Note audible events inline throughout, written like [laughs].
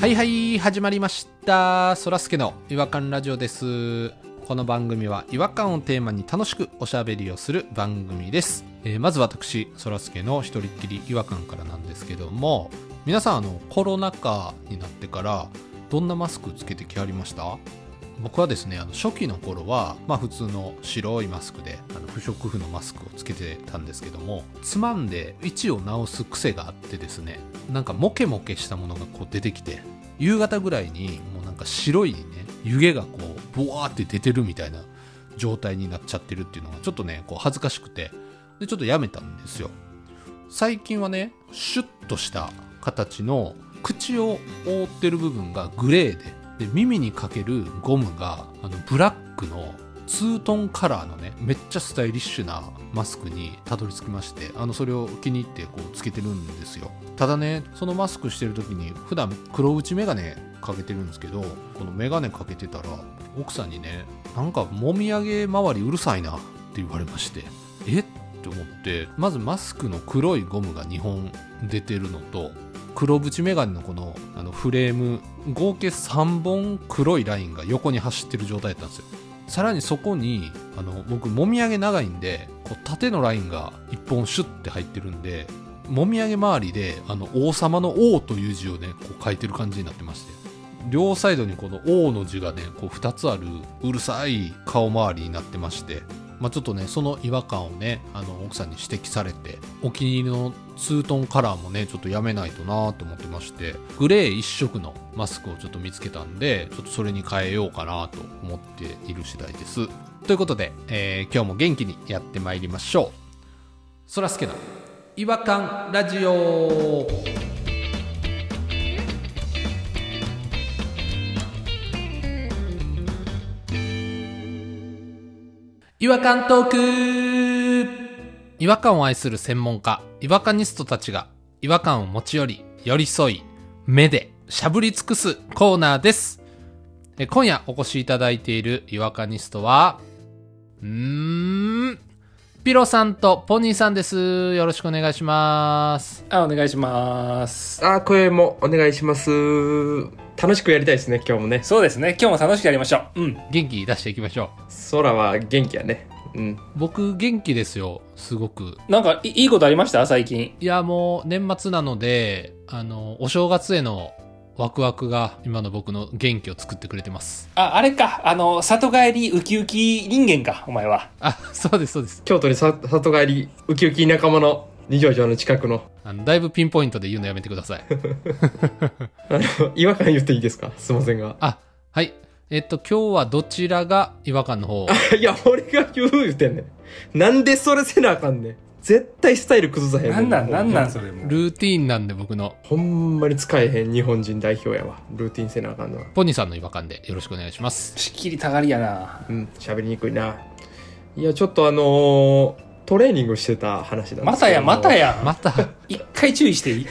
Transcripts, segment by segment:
はいはい始まりましたそらすけの違和感ラジオですこの番組は違和感をテーマに楽しくおしゃべりをする番組です、えーまず私そらすけの一人っきり違和感からなんですけども皆さんあのコロナ禍になってからどんなマスクつけてきはりました僕はですねあの初期の頃は、まあ、普通の白いマスクであの不織布のマスクをつけてたんですけどもつまんで位置を直す癖があってですねなんかモケモケしたものがこう出てきて夕方ぐらいにもうなんか白いね湯気がこうボワーって出てるみたいな状態になっちゃってるっていうのがちょっとねこう恥ずかしくてでちょっとやめたんですよ最近はねシュッとした形の口を覆ってる部分がグレーでで耳にかけるゴムがあのブラックのツートンカラーのねめっちゃスタイリッシュなマスクにたどり着きましてあのそれを気に入ってこうつけてるんですよただねそのマスクしてる時に普段黒縁眼鏡かけてるんですけどこの眼鏡かけてたら奥さんにねなんかもみあげ周りうるさいなって言われましてえって思ってまずマスクの黒いゴムが2本出てるのと黒縁眼鏡のこのあのフレーム合計3本黒いラインが横に走ってる状態だったんですよさらにそこにあの僕もみあげ長いんでこう縦のラインが1本シュッて入ってるんでもみあげ周りであの王様の王という字をねこう書いてる感じになってまして両サイドにこの王の字がねこう2つあるうるさい顔周りになってましてまあ、ちょっとねその違和感をねあの奥さんに指摘されてお気に入りのツートンカラーもねちょっとやめないとなと思ってましてグレー一色のマスクをちょっと見つけたんでちょっとそれに変えようかなと思っている次第ですということで、えー今日も元気にやってまいりましょうそらすけの違和感ラジオ違和感トーク違和感を愛する専門家、違和感ニストたちが違和感を持ち寄り、寄り添い、目でしゃぶり尽くすコーナーです。え今夜お越しいただいている違和感ニストは、うーん、ピロさんとポニーさんです。よろしくお願いします。あ、お願いします。あー、声もお願いします。楽しくやりたいですね、今日もね。そうですね。今日も楽しくやりましょう。うん。元気出していきましょ空は元気やね。うん。う。僕元気ですよ、すごく。なんかい、いいことありました最近。いや、もう年末なので、あの、お正月へのワクワクが今の僕の元気を作ってくれてます。あ、あれか。あの、里帰りウキウキ人間か、お前は。あ、そうです、そうです。京都にさ里帰り、ウキウキ仲間の二条城の近くの、あのだいぶピンポイントで言うのやめてください。あの、違和感言っていいですかすいませんが。 [laughs] あ、はい。えっと、今日はどちらが違和感の方をいや、俺が言う言うてんねん。なんでそれせなあかんねん。絶対スタイル崩さへんなもんなん、なんなん、ほそれもう。ルーティーンなんで僕のほんまに使えへん日本人代表やわ。ルーティンせなあかんのは。ポニーさんの違和感でよろしくお願いします。しっきりたがりやな。うん、喋りにくいな。いや、ちょっとあのートレーニングしてた話なんですけどもまたや、また。や。また、一回注意していい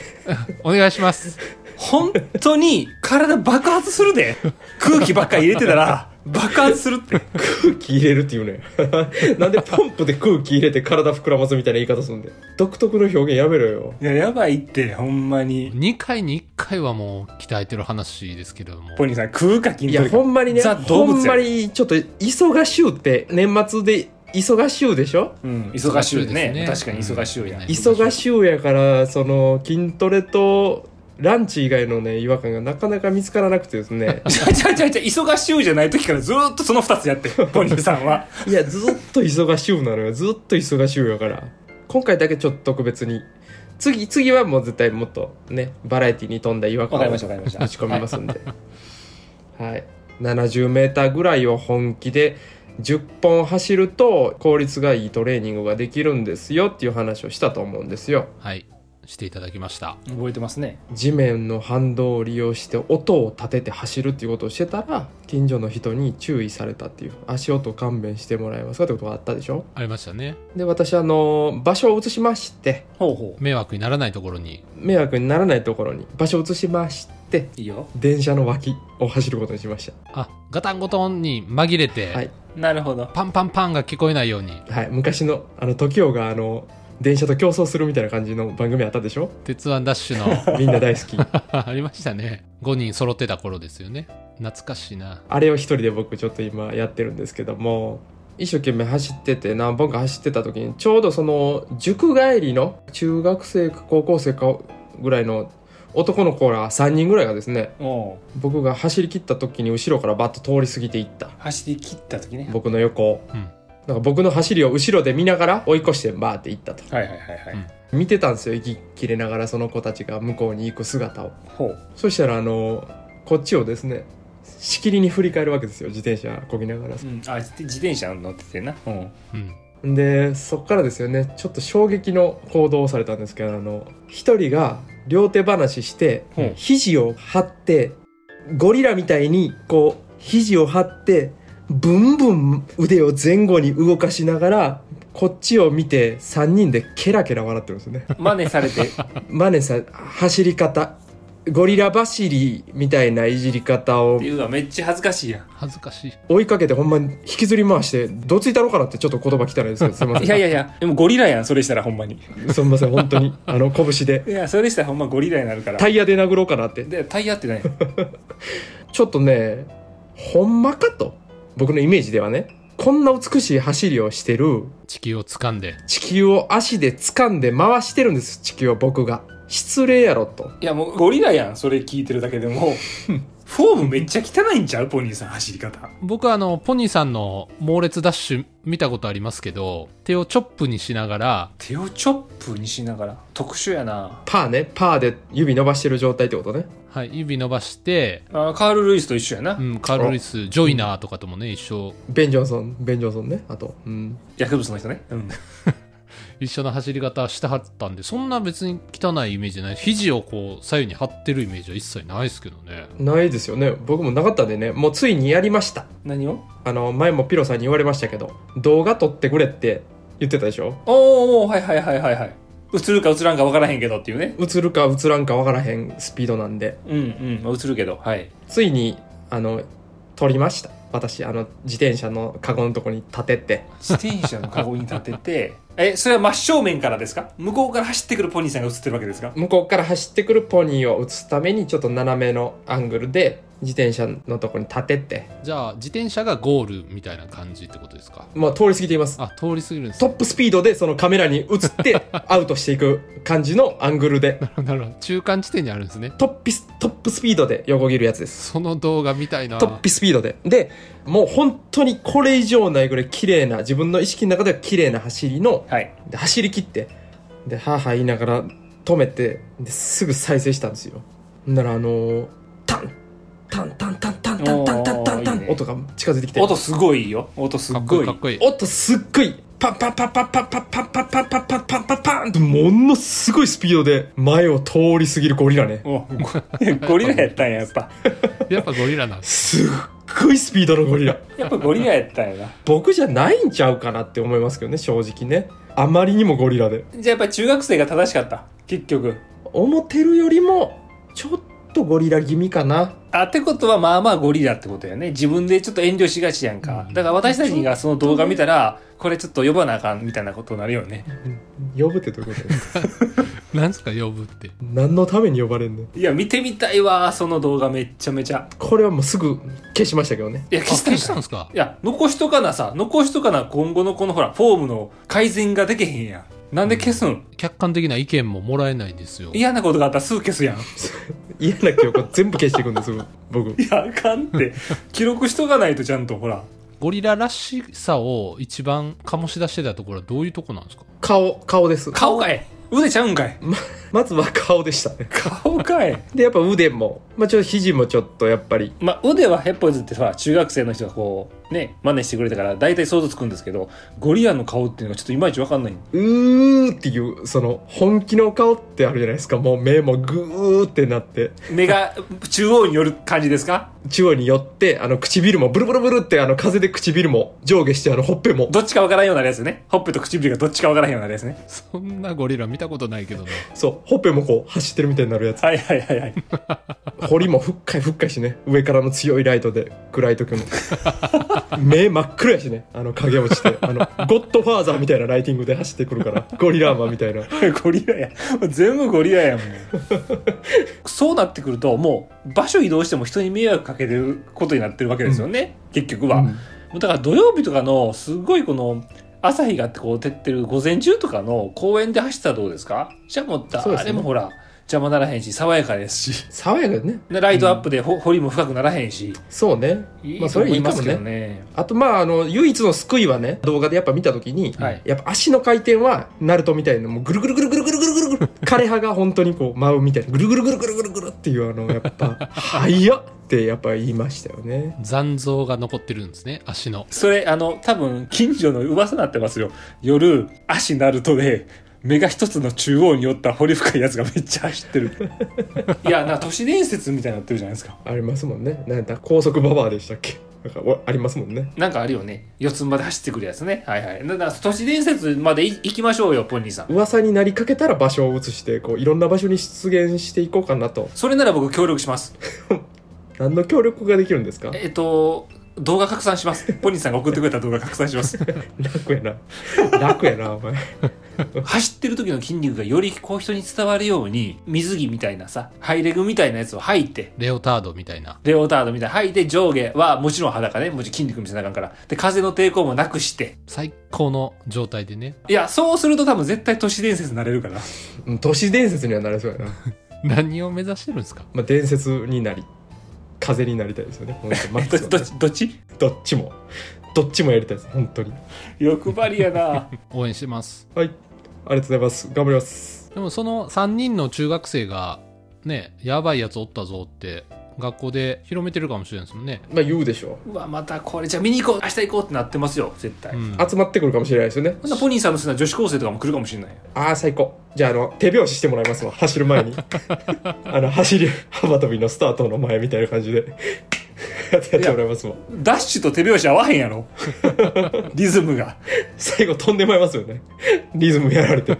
お願いします。本当に体爆発するで。空気ばっかり入れてたら、爆発するって。空気入れるって言うね [laughs] なんでポンプで空気入れて体膨らますみたいな言い方すんで独特の表現やめろよいや、やばいって、ほんまに。 2回に1回はもう鍛えてる話ですけれども。ポニーさん、食うか筋いトやレかほんまにねザ動ほ物んやまにちょっと忙しゅうって年末で忙しゅうでしょうん、忙しゅ忙しゅううねですね確かに忙しゅうや。うん忙しゅうやからその筋トレとランチ以外のね違和感がなかなか見つからなくてです [laughs] ねちゃうちゃうちゃうちゃう忙しゅうじゃない時からずーっとその二つやってるポニーさんはいやずっと忙しゅうなのよずっと忙しゅうやから今回だけちょっと特別に次次はもう絶対もっとねバラエティに富んだ違和わ感かりをましたわかりました打ち込みますんで。はい。70メーターぐらいを本気で10本走ると効率がいいトレーニングができるんですよっていう話をしたと思うんですよ。はい。していただきました。 [laughs] 覚えてますね地面の反動を利用して音を立てて走るっていうことをしてたら近所の人に注意されたっていう足音勘弁してもらえますかってことがあったでしょありましたね。で私あの場所を移しましてほうほ迷惑にならないところに。迷惑にならないところに場所を移しましてういいよ電車の脇を走ることにしましあ、ガタンゴトンに紛れて、たはいなるほどパンパンパンが聞こえないように。はい、昔のあの時をがあの電車と競争するみたいな感じの番組あったでしょ鉄腕ダッシュの [laughs] みんな大好きありましたね5人揃ってた頃ですよね懐かしいなあれを一人で僕ちょっと今やってるんですけども一生懸命走ってて何本か走ってた時にちょうどその塾帰りの中学生か高校生かぐらいの男の子ら3人ぐらいがですねおう僕が走り切った時に後ろからバッと通り過ぎていった走り切った時ね僕の横を、うんなんか僕の走りを後ろで見ながら追い越してバーって行ったとはいはいはいはい、うん見てたんですよ息切れながらその子たちが向こうに行く姿をほうそしたらあのこっちをですねしきりに振り返るわけですよ自転車こぎながらうん、あ自自転車乗っててな、うん、うんでそっからですよねちょっと衝撃の行動をされたんですけどあの一人が両手話して、うん肘を張ってゴリラみたいにこう肘を張ってブンブン腕を前後に動かしながらこっちを見て3人でケラケラ笑ってるんですよ [laughs] ね真似されてマネさん走り方ゴリラ走りみたいないじり方を言うわめっちゃ恥ずかしいやん恥ずかしい追いかけてほんまに引きずり回してどついたろかなってちょっと言葉汚いですけどすいません [laughs] いやいやいやでもゴリラやんそれしたらほんまにすみません本当にあの拳でいやそれしたらほんまゴリラになるからタイヤで殴ろうかなってでタイヤってないちょっとねほんまかと僕のイメージではねこんな美しい走りをしてる地球を掴んで地球を足で掴んで回してるんです地球を僕が失礼やろといやもうゴリラやんそれ聞いてるだけでもフォームめっちゃ汚いんちゃうポニーさん走り方僕はあのポニーさんの猛烈ダッシュ見たことありますけど手をチョップにしながら手をチョップにしながら特殊やなパーねパーで指伸ばしてる状態ってことねはい、指伸ばして、あカール・ルイスと一緒やな、うん、カール・ルイス、ジョイナーとかともね、一緒、ベン・ジョンソンベン・ジョンソンねあとうん薬物の人ね、うん、一緒の走り方してはったんで、そんな別に汚いイメージない。肘をこう、左右に張ってるイメージは一切ないですけどね。ないですよね僕もなかったんでねもうついにやりました何をあの前もピロさんに言われましたけど動画撮ってくれって言ってたでしょおーおーはいはいはいはいはい映るか映らんか分からへんけどっていうね映るか映らんかわからへんスピードなんでうんうん映るけどはいついにあの撮りました私あの自転車のカゴのとこに立てて自転車のカゴに立てて [laughs] えそれは真正面からですか向こうから走ってくるポニーさんが映ってるわけですか向こうから走ってくるポニーを映すためにちょっと斜めのアングルで自転車のとこに立ててじゃあ、自転車がゴールみたいな感じってことですか。まあ通り過ぎていますあ、通り過ぎるんですトップスピードでそのカメラに映ってアウトしていく感じのアングルでね。 [laughs] なるほど。中間地点にあるんですね。トッピストップスピードで横切るやつですその動画見たいな。トッピスピードででもう本当にこれ以上ないぐらい綺麗な自分の意識の中では綺麗な走りのはいで走り切ってではあはあ言いながら止めてですぐ再生したんですよほんならあのータンタンタンタンタンタンタンタンタンタンおーいいね音が近づいてきて音すごいよ音すかっこいごいい、かっこいい。音すっごいパンパンパンパンパンパンパンパンパンパンパンパンパンパンってものすごいスピードで前を通り過ぎるゴリラねおゴゴ [laughs] リラやったんややっぱやっぱゴリラなんです。すっごいスピードのゴリラやっぱゴリラやったんや僕じゃないんちゃうかなって思いますけどね正直ねあまりにもゴリラでなじゃあやっぱ中学生が正しかった結局思ってるよりもちょっとゴリラ気味かなあってことはまあまあゴリラってことやね自分でちょっと遠慮しがちやんか、うんだから私たちがその動画見たらこれちょっと呼ばなあかんみたいなことになるよね呼ぶってどういうことですか [laughs] なんですか、呼ぶって。何のために呼ばれんのいや見てみたいわその動画めっちゃめちゃこれはもうすぐ消しましたけどねいやあ消した消んかしたんですかいや、残しとかなさ、残しとかな今後のこのほら、フォームの改善ができへんやん。なんで消すん客観的な意見ももらえないんですよ。嫌なことがあったらすぐ消す [laughs] やん。い嫌な記憶を全部消していくんですよ僕や、あかんって。記録しとかないとちゃんとほら。ゴリラらしさを一番醸し出してたところはどういうとこなんですか顔顔です顔かい腕ちゃうんかいまずは顔でしたね [laughs] 顔かいでやっぱ腕もまあちょっと肘もちょっとやっぱりまあ、腕はヘッポイズってさ、中学生の人がこう、ね、真似してくれたから、大体想像つくんですけど、ゴリラの顔っていうのがちょっといまいちわかんない。うーっていうその本気の顔ってあるじゃないですかもう目もグーってなって目が中央に寄る感じですか中央に寄ってあの唇もブルブルブルってあの風で唇も上下してあのほっぺもどっちかわからんようになるやつね。ほっぺと唇がどっちかわからんようになるやつね。 [laughs] そんなゴリラ見たことないけどね。そうほっぺもこう走ってるみたいになるやつはいはいはいはい。彫りもふっかいふっかいしね上からの強いライトで暗い時も [laughs] 目真っ黒やしねあの影落ちてあのゴッドファーザーみたいなライティングで走ってくるからゴリラーマンみたいなゴリラや全部ゴリラやもんそうなってくるともう場所移動しても人に迷惑かけることになってるわけですよね、結局は、もうだから土曜日とかのすごいこの朝日がこう照ってる午前中とかの公園で走ったらどうですかじゃあもうそうです誰ねもほら、邪魔ならへんし爽やかですし爽やかでねでライトアップでほ掘りも深くならへんし、そうねいいまあとそれ思いいいまかすもけねどね。あとまああの唯一の救いはね動画でやっぱ見た時に、はいやっぱ足の回転はナルトみたいなもうぐるぐるぐるぐるぐるぐるぐるぐる枯葉が本当にこう舞うみたいなぐるぐるぐるぐるぐるぐるっていうあのやっ [laughs] ぱ「早っ!」ってやっぱ言いましたよね残像が残ってるんですね足のそれ、あの、多分、近所の噂になってますよ。夜、足ナルトで、目が一つの中央に寄った掘り深いやつがめっちゃ走ってる。 [laughs] いや、な、都市伝説みたいになってるじゃないですか。ありますもんねなんだ高速ババアでしたっけなんかおありますもんねなんかあるよね。四つんまで走ってくるやつね。はいはい。なな都市伝説までい行きましょうよ、ポニーさん。噂になりかけたら場所を移してこういろんな場所に出現していこうかなとそれなら僕協力します。何の協力ができるんですかえっと、動画拡散します。ポニーさんが送ってくれた動画拡散し [laughs] ます。楽やな楽やなお前 [laughs] 走ってる時の筋肉がよりこう人に伝わるように、水着みたいなさ、ハイレグみたいなやつを履いて、レオタードみたいなレオタードみたいな履いて上下はもちろん裸ねもちろん筋肉見せなあかんからで風の抵抗もなくして最高の状態でねいやそうすると多分絶対都市伝説になれる [laughs] からうん都市伝説にはなれそうやな何を目指してるんですかまあ、伝説になり風になりたいですよね本当マックどスはどっちどっちどっちもどっちもやりたいです本当に欲張りやな [laughs] 応援してますはいありがとうございます頑張りますでもその3人の中学生がねやばいやつおったぞって学校で広めてるかもしれないですもんね、まあ言うでしょうわまたこれじゃあ見に行こう明日行こうってなってますよ絶対、うん、う集まってくるかもしれないですよねそんなポニーさんの好きな女子高生とかも来るかもしれないよああ最高じゃああの手拍子してもらいますわ走る前にあの走り幅跳びのスタートの前みたいな感じでやってやってもらいますわダッシュと手拍子合わへんや [laughs] ろリズムが最後飛んでもらいますよねリズムやられて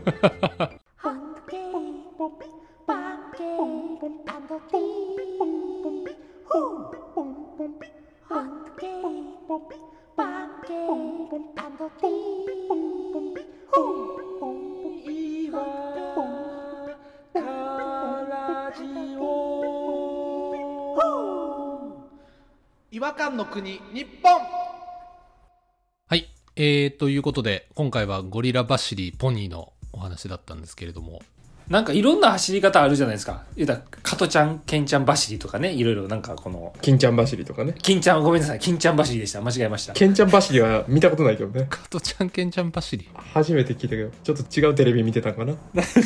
Hunky, 違和感の国日本はい。えー、ということで、今回はゴリラ走りポニーのお話だったんですけれども、なんかいろんな走り方あるじゃないですか言うたら加トちゃんケンちゃん走りとかねいろいろなんかこの金ちゃん走りとかね金ちゃんごめんなさい金ちゃん走りでした間違えましたケンちゃん走りは見たことないけどね加トちゃんケンちゃん走り。初めて聞いたけどちょっと違うテレビ見てたんかな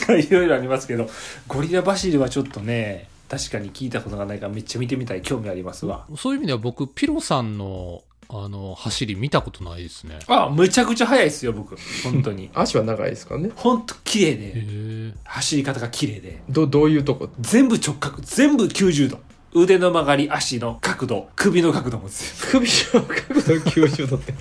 か [laughs] いろいろありますけどゴリラ走りはちょっとね確かに聞いたことがないからめっちゃ見てみたい興味ありますわそういう意味では僕、ピロさんの、あの、走り見たことないですね。あむちゃくちゃ速いですよ僕本当に足は長いですからね [laughs] 本当綺麗へでえ。走り方が綺麗でどどういうとこ全部直角全部90度腕の曲がり足の角度首の角度も全首の角度90度って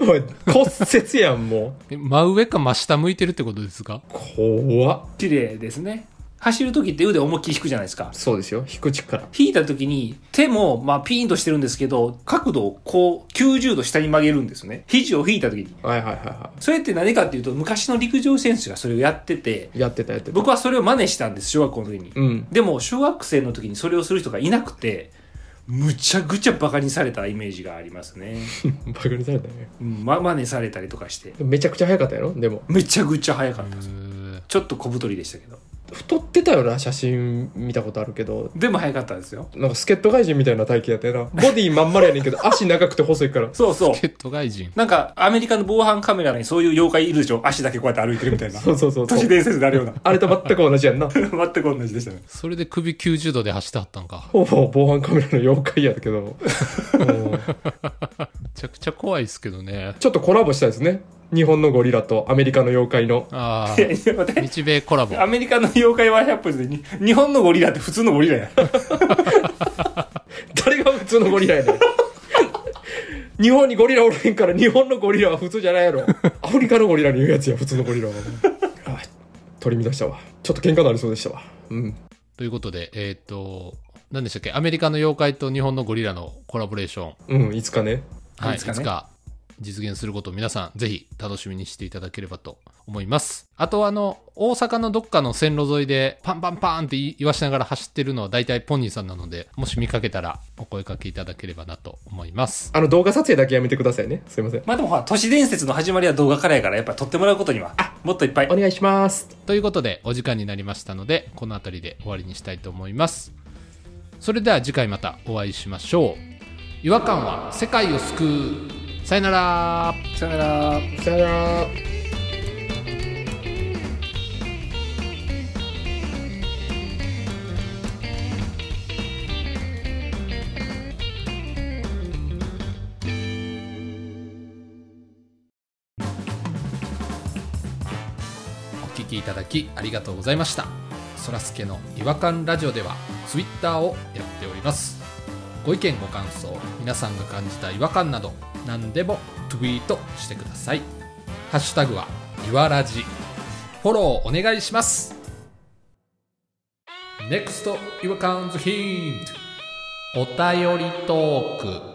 おい骨折やんもうえ真上か真下向いてるってことですか怖っ部綺麗ですね走る時って腕思いっきり引くじゃないですかそうですよ引く力引いた時に手もまあピーンとしてるんですけど角度をこう90度下に曲げるんですね肘を引いた時にはいはいはいはそれって何かっていうと昔の陸上選手がそれをやってていやってたやってた僕はそれを真似したんです小学校の時に、うんでも小学生の時にそれをする人がいなくてむちゃくちゃバカにされたイメージがありますね、 [laughs] バカにされたねうん、ま真似されたりとかしてめちゃくちゃ速かったやろでもめちゃくちゃ速かったですうちょっと小太りでしたけど太ってたよな写真見たことあるけどでも速かったですよなんか助っ人外人みたいな体型やったよなボディまん丸やねんけ [laughs] ど足長くて細いからそうそうケット外人。なんかアメリカの防犯カメラにそういう妖怪いるでしょ足だけこうやって歩いてるみたいなそうそうそう都そ市う伝説であるようなあれと全く同じやんな全く同じでしたねそれで首90度で走ってはったんか。ほぼ防犯カメラの妖怪やけ [laughs] どうんめちゃくちゃ怖いですけどね。ちょっとコラボしたいですね日本のゴリラとアメリカの妖怪のあい [laughs] やいや待ってあ、日米コラボ。アメリカの妖怪は100歩でに日本のゴリラって普通のゴリラや誰が普通のゴリラやねん日本にゴリラおらへんから日本のゴリラは普通じゃないやろアフリカのゴリラに言うやつや普通のゴリラはあ取り乱したわちょっと喧嘩になりそうでしたわうんということで、えーっ、と、何でしたっけアメリカの妖怪と日本のゴリラのコラボレーション。うんいつかねはい、いいつかねつか実現することを皆さんぜひ楽しみにしていただければと思います。あとあの、大阪のどっかの線路沿いでパンパンパンって言い言わしながら走ってるのは大体ポニーさんなので、もし見かけたらお声かけいただければなと思います。あの動画撮影だけやめてくださいねすいませんまあでもほら、都市伝説の始まりは動画からやから、やっぱ撮ってもらうことには、もっといっぱいお。願いしますということでお時間になりましたので、この辺りで終わりにしたいと思います。それでは次回またお会いしましょう。違和感は世界を救う。さよなら。さよなら。さよならお聞きいただきありがとうございましたそらすけの違和感ラジオではツイッターをやっておりますご意見ご感想皆さんが感じた違和感など何でもツイートしてくださいハッシュタグはいわらじフォローお願いします NEXT 違和感ズヒントお便りトーク